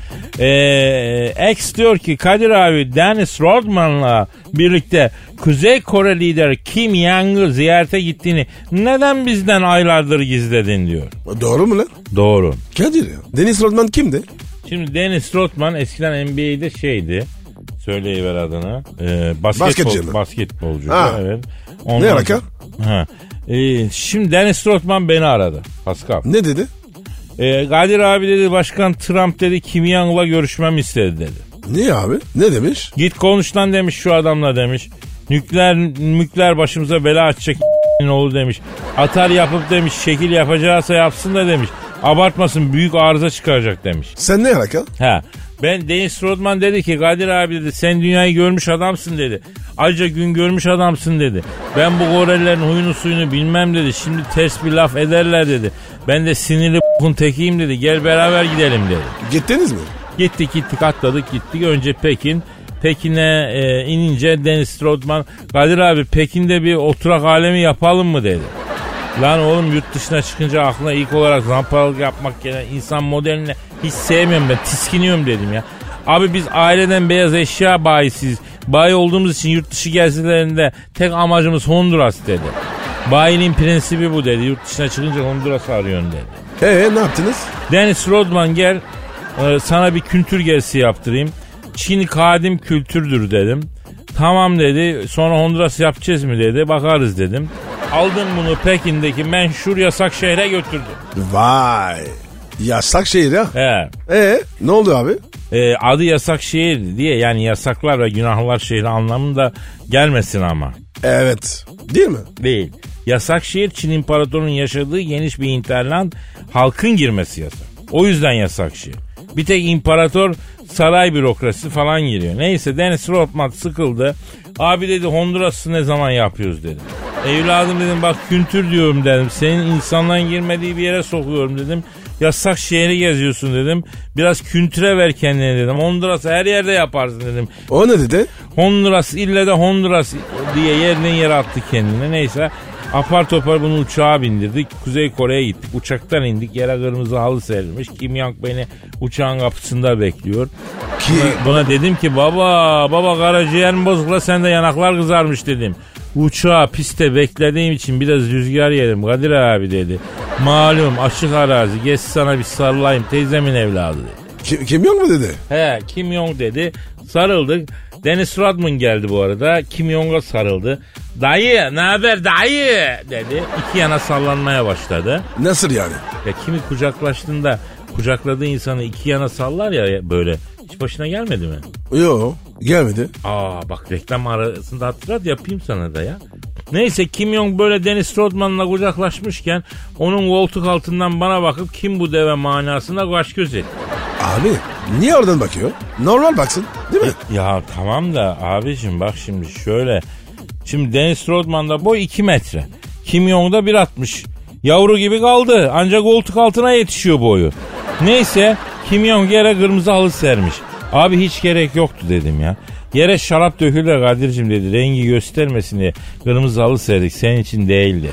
Speaker 3: Ee, X diyor ki Kadir abi Dennis Rodman'la birlikte Kuzey Kore lideri Kim Jong-un ziyarete gittiğini neden bizden aylardır gizledin diyor.
Speaker 4: Doğru mu lan?
Speaker 3: Doğru.
Speaker 4: Kadir ya. Deniz Rodman kimdi?
Speaker 3: Şimdi Dennis Rodman eskiden NBA'de şeydi. Söyleyiver adını. Ee, basketbol,
Speaker 4: Basketçi mi?
Speaker 3: Basketbolcu.
Speaker 4: Ha.
Speaker 3: Evet. Ondan
Speaker 4: Ne alaka?
Speaker 3: sonra- Ha. Ee, şimdi Dennis Rodman beni aradı. Pascal.
Speaker 4: Ne dedi?
Speaker 3: Ee, Kadir abi dedi başkan Trump dedi Kim Jong-un'la görüşmemi istedi dedi.
Speaker 4: Niye abi? Ne demiş?
Speaker 3: Git konuş lan demiş şu adamla demiş. Nükleer mükler başımıza bela açacak oğlu demiş. Atar yapıp demiş şekil yapacaksa yapsın da demiş. Abartmasın büyük arıza çıkaracak demiş.
Speaker 4: Sen ne alaka?
Speaker 3: Ha. Ben Deniz Rodman dedi ki Kadir abi dedi sen dünyayı görmüş adamsın dedi. Ayrıca gün görmüş adamsın dedi. Ben bu Korelilerin huyunu suyunu bilmem dedi. Şimdi ters bir laf ederler dedi. Ben de sinirli b***un tekiyim dedi. Gel beraber gidelim dedi.
Speaker 4: Gittiniz mi?
Speaker 3: Gittik gittik atladık gittik. Önce Pekin. Pekin'e e, inince Deniz Rodman Kadir abi Pekin'de bir oturak alemi yapalım mı dedi. Lan oğlum yurt dışına çıkınca aklına ilk olarak zamparalık yapmak gelen insan modeline hiç sevmiyorum ben tiskiniyorum dedim ya. Abi biz aileden beyaz eşya bayisiyiz. Bayi olduğumuz için yurt dışı gezilerinde tek amacımız Honduras dedi. Bayinin prensibi bu dedi. Yurt dışına çıkınca Honduras arıyorsun dedi.
Speaker 4: Ee ne yaptınız?
Speaker 3: Dennis Rodman gel e, sana bir kültür gezisi yaptırayım. Çin kadim kültürdür dedim. Tamam dedi. Sonra Honduras yapacağız mı dedi. Bakarız dedim. Aldım bunu Pekin'deki menşur yasak şehre götürdüm.
Speaker 4: Vay. Yasak şehir ya.
Speaker 3: He.
Speaker 4: Ee ne oldu abi?
Speaker 3: E, adı yasak şehir diye yani yasaklar ve günahlar şehri anlamında gelmesin ama.
Speaker 4: Evet. Değil mi?
Speaker 3: Değil. Yasak şehir Çin İmparatorunun yaşadığı geniş bir hinterland halkın girmesi yasak. O yüzden yasak şey. Bir tek imparator saray bürokrasisi falan giriyor. Neyse Dennis Rodman sıkıldı. Abi dedi Honduras'ı ne zaman yapıyoruz dedi. Evladım dedim bak kültür diyorum dedim. Senin insanların girmediği bir yere sokuyorum dedim. Yasak şehri geziyorsun dedim. Biraz kültüre ver kendini dedim. Honduras'ı her yerde yaparsın dedim.
Speaker 4: O ne dedi?
Speaker 3: Honduras ille de Honduras diye yerden yere attı kendine. Neyse apar topar bunu uçağa bindirdik. Kuzey Kore'ye gittik. Uçaktan indik. Yere kırmızı halı serilmiş. Kim Yang beni uçağın kapısında bekliyor.
Speaker 4: Ki
Speaker 3: Buna dedim ki baba baba karaciğer mi bozuk la sende yanaklar kızarmış dedim. Uçağı piste beklediğim için biraz rüzgar yedim Kadir abi dedi. Malum açık arazi geç sana bir sarılayım teyzemin evladı dedi.
Speaker 4: ki- kim yok mu dedi?
Speaker 3: He Kim Jong dedi. Sarıldık. Dennis Rodman geldi bu arada. Kim Jong'a sarıldı. Dayı ne haber dayı dedi. İki yana sallanmaya başladı.
Speaker 4: Nasıl yani?
Speaker 3: Ya kimi kucaklaştığında kucakladığı insanı iki yana sallar ya böyle. Hiç başına gelmedi mi?
Speaker 4: Yo gelmedi.
Speaker 3: Aa bak reklam arasında hatırlat yapayım sana da ya. Neyse Kim Jong böyle Dennis Rodman'la kucaklaşmışken onun koltuk altından bana bakıp kim bu deve manasında baş göz etti.
Speaker 4: Abi niye oradan bakıyor? Normal baksın değil mi?
Speaker 3: Ya tamam da abicim bak şimdi şöyle. Şimdi Dennis Rodman'da boy 2 metre. Kim Jong'da 1.60. Yavru gibi kaldı. Ancak koltuk altına yetişiyor boyu. Neyse Kim Jong yere kırmızı halı sermiş. Abi hiç gerek yoktu dedim ya. Yere şarap dökülür Kadir'cim dedi. Rengi göstermesin diye kırmızı halı serdik. Senin için değil dedi.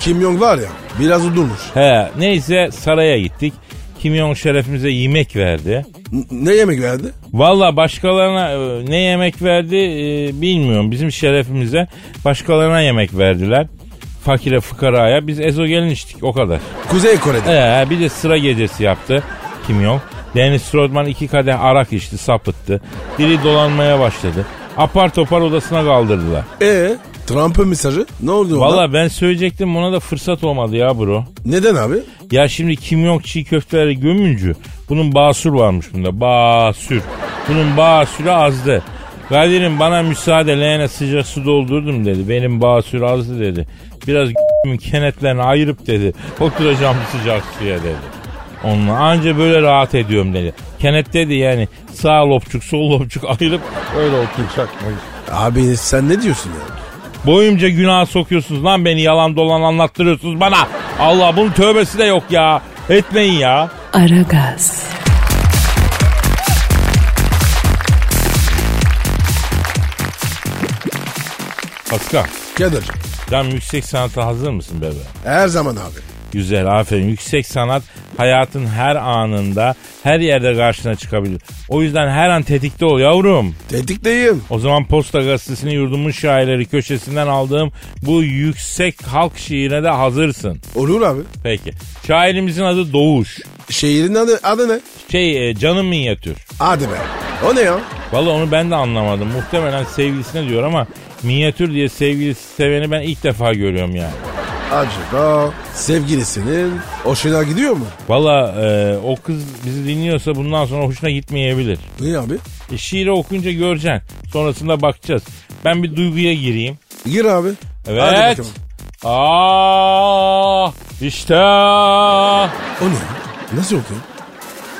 Speaker 4: Kim Jong var ya biraz uzunmuş.
Speaker 3: He neyse saraya gittik. Kim Jong şerefimize yemek verdi.
Speaker 4: N- ne yemek verdi?
Speaker 3: Valla başkalarına e, ne yemek verdi e, bilmiyorum. Bizim şerefimize başkalarına yemek verdiler. Fakire fıkaraya biz ezogelin içtik o kadar.
Speaker 4: Kuzey Kore'de.
Speaker 3: Ee, bir de sıra gecesi yaptı. Kim yok. Dennis Rodman iki kadeh arak içti sapıttı. Dili dolanmaya başladı. Apar topar odasına kaldırdılar.
Speaker 4: Ee, Trump'ın mesajı ne oldu ona?
Speaker 3: Valla ben söyleyecektim buna da fırsat olmadı ya bro.
Speaker 4: Neden abi?
Speaker 3: Ya şimdi Kim Jong çiğ köfteleri gömüncü. Bunun basur varmış bunda. Basür. Bunun basürü azdı. Kadir'im bana müsaade leğene sıcak su doldurdum dedi. Benim basür azdı dedi. Biraz kenetlerini ayırıp dedi. Oturacağım sıcak suya dedi. Onunla anca böyle rahat ediyorum dedi. Kenet dedi yani sağ lopçuk sol lopçuk ayırıp öyle oturacakmış.
Speaker 4: Abi sen ne diyorsun ya?
Speaker 3: Boyumca günaha sokuyorsunuz lan beni yalan dolan anlattırıyorsunuz bana. Allah bunun tövbesi de yok ya. Etmeyin ya.
Speaker 2: Aragaz,
Speaker 3: Paskal,
Speaker 4: Kadir
Speaker 3: sen yüksek sanata hazır mısın bebe?
Speaker 4: her zaman abi.
Speaker 3: Güzel, aferin. Yüksek sanat hayatın her anında, her yerde karşına çıkabilir. O yüzden her an tetikte ol yavrum.
Speaker 4: Tetikteyim.
Speaker 3: O zaman Posta Gazetesi'nin yurdumun şairleri köşesinden aldığım bu yüksek halk şiirine de hazırsın.
Speaker 4: Olur abi.
Speaker 3: Peki. Şairimizin adı Doğuş.
Speaker 4: Şehrin adı, adı ne?
Speaker 3: Şey, e, canım minyatür.
Speaker 4: Hadi be. O ne ya?
Speaker 3: Vallahi onu ben de anlamadım. Muhtemelen sevgilisine diyor ama minyatür diye sevgilisi seveni ben ilk defa görüyorum yani.
Speaker 4: Acaba sevgilisinin hoşuna gidiyor mu?
Speaker 3: Valla e, o kız bizi dinliyorsa bundan sonra hoşuna gitmeyebilir.
Speaker 4: Niye abi?
Speaker 3: E, şiiri okuyunca göreceksin. Sonrasında bakacağız. Ben bir duyguya gireyim.
Speaker 4: Gir abi. Hadi
Speaker 3: Evet.
Speaker 4: bakalım.
Speaker 3: Ah işte.
Speaker 4: O ne? ya? Nasıl okuyor?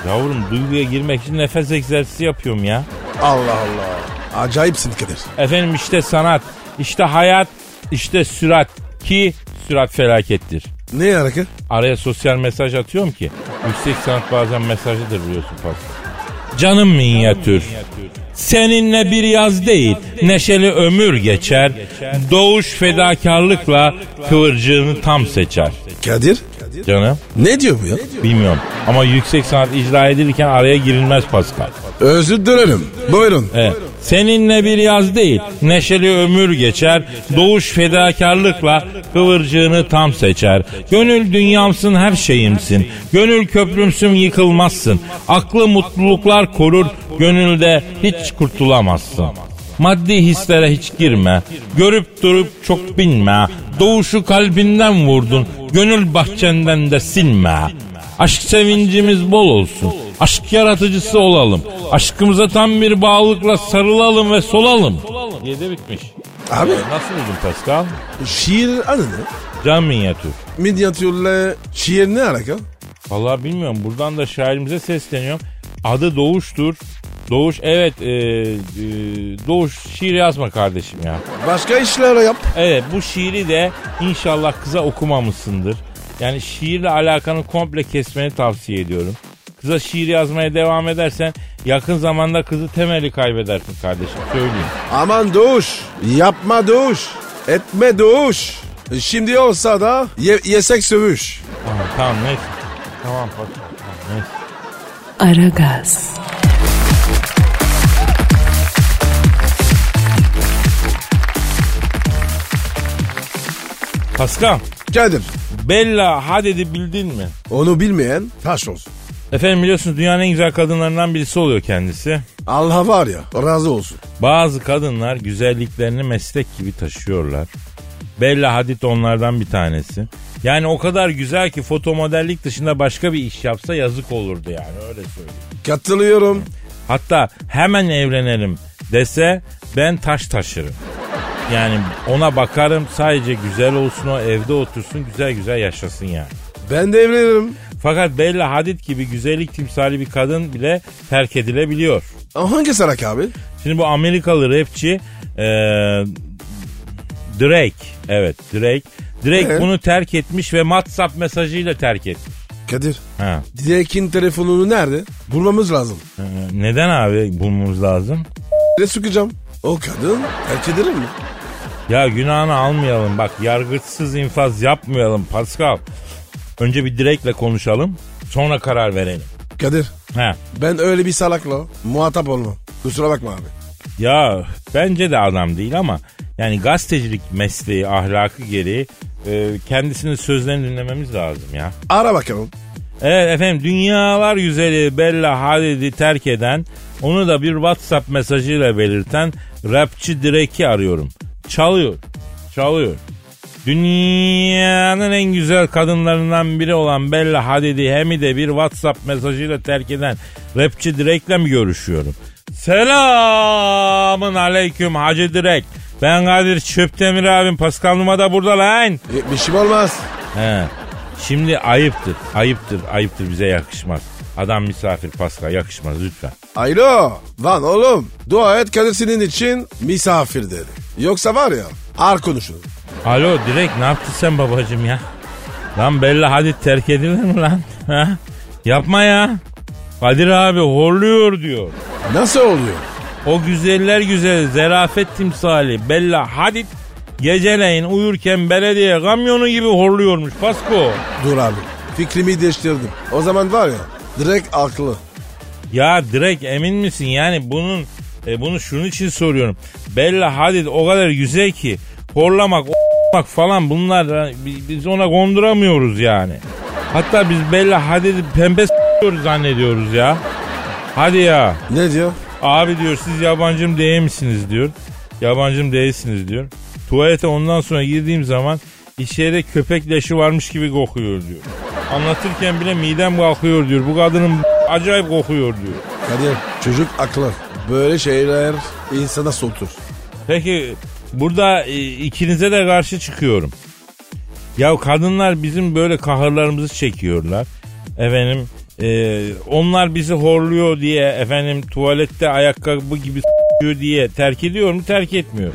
Speaker 3: Yavrum duyguya girmek için nefes egzersizi yapıyorum ya.
Speaker 4: Allah Allah. Acayipsin Kadir.
Speaker 3: Efendim işte sanat, işte hayat, işte sürat ki sürat felakettir.
Speaker 4: Ne hareket?
Speaker 3: Araya sosyal mesaj atıyorum ki. Yüksek sanat bazen mesajıdır biliyorsun Pascal. Canım minyatür. Seninle bir yaz değil, neşeli ömür geçer. Doğuş fedakarlıkla kıvırcığını tam seçer.
Speaker 4: Kadir?
Speaker 3: Canım,
Speaker 4: Ne diyor bu ya?
Speaker 3: bilmiyorum. Ama yüksek sanat icra edilirken araya girilmez Pascal.
Speaker 4: Özür dilerim. Buyurun.
Speaker 3: Evet. Seninle bir yaz değil, neşeli ömür geçer. Doğuş fedakarlıkla kıvırcığını tam seçer. Gönül dünyamsın her şeyimsin. Gönül köprümsün yıkılmazsın. Aklı mutluluklar korur, gönülde hiç kurtulamazsın. Maddi hislere hiç girme. Görüp durup çok binme. Doğuşu kalbinden vurdun. Gönül bahçenden de silme. Aşk sevincimiz bol olsun. Aşk yaratıcısı olalım. Aşkımıza tam bir bağlılıkla sarılalım ve solalım. Diye de bitmiş.
Speaker 4: Abi
Speaker 3: Nasıl buldun Pascal?
Speaker 4: şiir adı ne?
Speaker 3: Can minyatür.
Speaker 4: Midyatürle şiir ne alaka?
Speaker 3: Vallahi bilmiyorum. Buradan da şairimize sesleniyorum. Adı Doğuş'tur. Doğuş evet e, e, Doğuş şiir yazma kardeşim ya.
Speaker 4: Başka işler yap.
Speaker 3: Evet bu şiiri de inşallah kıza okumamışsındır. Yani şiirle alakanı komple kesmeni tavsiye ediyorum. Kıza şiir yazmaya devam edersen yakın zamanda kızı temeli kaybedersin kardeşim söyleyeyim.
Speaker 4: Aman doğuş. Yapma doğuş. Etme doğuş. Şimdi olsa da ye- yesek sövüş.
Speaker 3: Tamam, tamam neyse. Tamam Pascal, tamam, neyse.
Speaker 2: Aragaz,
Speaker 3: Pascal,
Speaker 4: Kadir.
Speaker 3: Bella Hadid'i bildin mi?
Speaker 4: Onu bilmeyen taş olsun.
Speaker 3: Efendim biliyorsunuz dünyanın en güzel kadınlarından birisi oluyor kendisi.
Speaker 4: Allah var ya razı olsun.
Speaker 3: Bazı kadınlar güzelliklerini meslek gibi taşıyorlar. Bella Hadid onlardan bir tanesi. Yani o kadar güzel ki fotomodellik dışında başka bir iş yapsa yazık olurdu yani öyle söyleyeyim.
Speaker 4: Katılıyorum.
Speaker 3: Hatta hemen evlenelim dese ben taş taşırım. Yani ona bakarım sadece güzel olsun o evde otursun güzel güzel yaşasın yani.
Speaker 4: Ben de evlenirim.
Speaker 3: Fakat Bella Hadid gibi güzellik timsali bir kadın bile terk edilebiliyor.
Speaker 4: Hangi sarak abi?
Speaker 3: Şimdi bu Amerikalı rapçi e, Drake. Evet Drake. Drake
Speaker 4: Ee?
Speaker 3: bunu terk etmiş ve WhatsApp mesajıyla terk etmiş.
Speaker 4: Kadir.
Speaker 3: Ha.
Speaker 4: Direk'in telefonunu nerede? Bulmamız lazım.
Speaker 3: e, Neden abi bulmamız lazım?
Speaker 4: Ne sıkacağım? O kadın terk ederim mi?
Speaker 3: Ya günahını almayalım bak yargıçsız infaz yapmayalım Pascal. Önce bir Drake'le konuşalım sonra karar verelim.
Speaker 4: Kadir
Speaker 3: Ha.
Speaker 4: ben öyle bir salakla muhatap olmam. Kusura bakma abi.
Speaker 3: Ya bence de adam değil ama yani gazetecilik mesleği ahlakı gereği e, kendisinin sözlerini dinlememiz lazım ya.
Speaker 4: Ara bakalım.
Speaker 3: Evet efendim dünyalar güzeli Bella Hadid'i terk eden onu da bir WhatsApp mesajıyla belirten rapçi Drake'i arıyorum. Çalıyor. Çalıyor. Dünyanın en güzel kadınlarından biri olan Bella Hadid'i hemi de bir WhatsApp mesajıyla terk eden rapçi Drake'le mi görüşüyorum? Selamın aleyküm Hacı Direk. Ben Kadir Çöptemir abim. Pascal Numa da burada lan.
Speaker 4: E, bir şey olmaz.
Speaker 3: He. Şimdi ayıptır, ayıptır, ayıptır bize yakışmaz. Adam misafir Pascal yakışmaz lütfen.
Speaker 4: Alo. Lan oğlum. Dua et Kadir senin için misafir dedi. Yoksa var ya ar konuşun.
Speaker 3: Alo direkt ne yaptın sen babacım ya? Lan Bella hadi terk edilir mi lan? Ha? Yapma ya. Kadir abi horluyor diyor.
Speaker 4: Nasıl oluyor?
Speaker 3: O güzeller güzeli zerafet timsali Bella Hadid geceleyin uyurken belediye kamyonu gibi horluyormuş Pasko.
Speaker 4: Dur abi. Fikrimi değiştirdim. O zaman var ya direkt aklı.
Speaker 3: Ya direkt emin misin? Yani bunun e, bunu şunun için soruyorum. Bella Hadid o kadar güzel ki horlamak, o**mak falan bunlar e, bi- biz ona konduramıyoruz yani. Hatta biz Bella Hadid'i pembe s**yoruz zannediyoruz ya. Hadi ya.
Speaker 4: Ne diyor?
Speaker 3: Abi diyor siz yabancım değil misiniz diyor. Yabancım değilsiniz diyor. Tuvalete ondan sonra girdiğim zaman içeride köpek leşi varmış gibi kokuyor diyor. Anlatırken bile midem kalkıyor diyor. Bu kadının acayip kokuyor diyor.
Speaker 4: Kadir çocuk aklı. Böyle şeyler insana sotur.
Speaker 3: Peki burada e, ikinize de karşı çıkıyorum. Ya kadınlar bizim böyle kahırlarımızı çekiyorlar. Efendim e, onlar bizi horluyor diye efendim tuvalette ayakkabı gibi s**yor diye terk ediyor mu? Terk etmiyor.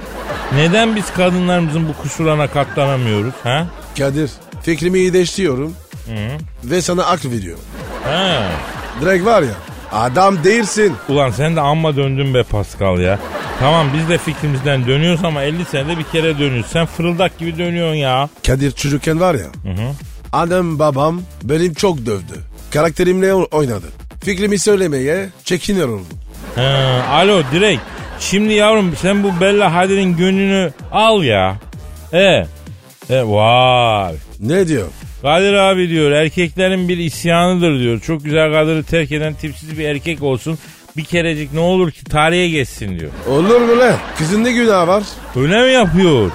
Speaker 3: Neden biz kadınlarımızın bu kusurlarına katlanamıyoruz? Ha?
Speaker 4: Kadir fikrimi değiştiriyorum ve sana akıl veriyorum.
Speaker 3: Ha.
Speaker 4: Direkt var ya adam değilsin.
Speaker 3: Ulan sen de amma döndün be Pascal ya. Tamam biz de fikrimizden dönüyoruz ama 50 senede bir kere dönüyoruz. Sen fırıldak gibi dönüyorsun ya.
Speaker 4: Kadir çocukken var ya annem babam benim çok dövdü. Karakterimle o- oynadı. Fikrimi söylemeye çekinir oldum.
Speaker 3: Ha, alo direkt. Şimdi yavrum sen bu Bella Hadid'in gönlünü al ya. E. E vay.
Speaker 4: Ne diyor?
Speaker 3: Kadir abi diyor erkeklerin bir isyanıdır diyor. Çok güzel kadını terk eden tipsiz bir erkek olsun. Bir kerecik ne olur ki tarihe geçsin diyor.
Speaker 4: Olur mu lan? Kızın ne günahı var?
Speaker 3: Öyle mi yapıyor?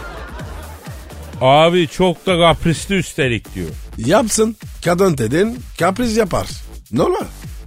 Speaker 3: Abi çok da kaprisli üstelik diyor.
Speaker 4: Yapsın. Kadın dedin kapriz yapar. Normal.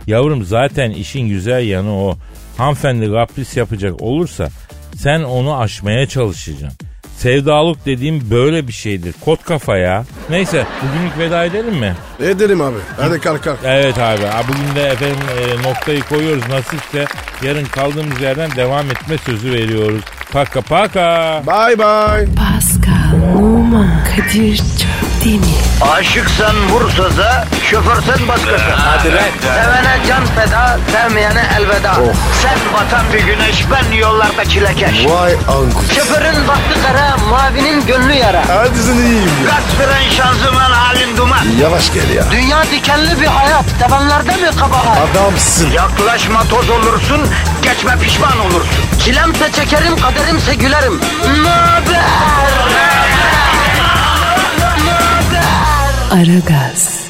Speaker 3: Yavrum zaten işin güzel yanı o. Hanımefendi kapris yapacak olursa sen onu aşmaya çalışacaksın. Sevdalık dediğim böyle bir şeydir. Kot kafa ya. Neyse bugünlük veda edelim mi?
Speaker 4: Ederim abi. Hadi kalk kalk.
Speaker 3: Evet abi. Ha, Bugün de efendim e, noktayı koyuyoruz. Nasipse yarın kaldığımız yerden devam etme sözü veriyoruz. Paka paka.
Speaker 4: Bye bye.
Speaker 2: Pascal, Oman, Kadir çok değil mi?
Speaker 1: Aşıksan vursa da, şoförsen başkasın. Hadi Sevene can feda, sevmeyene elveda. Sen batan bir güneş, ben yollarda çilekeş.
Speaker 4: Vay anku.
Speaker 1: Şoförün baktı kara, mavinin gönlü yara.
Speaker 4: Hadi sen iyiyim ya.
Speaker 1: Kasperen şanzıman halin duman.
Speaker 4: Yavaş gel ya.
Speaker 1: Dünya dikenli bir hayat, sevenlerde mi kabahar?
Speaker 4: Adamsın.
Speaker 1: Yaklaşma toz olursun, geçme pişman olursun. Çilemse çekerim, kaderimse gülerim. Möber!
Speaker 2: Aragaz.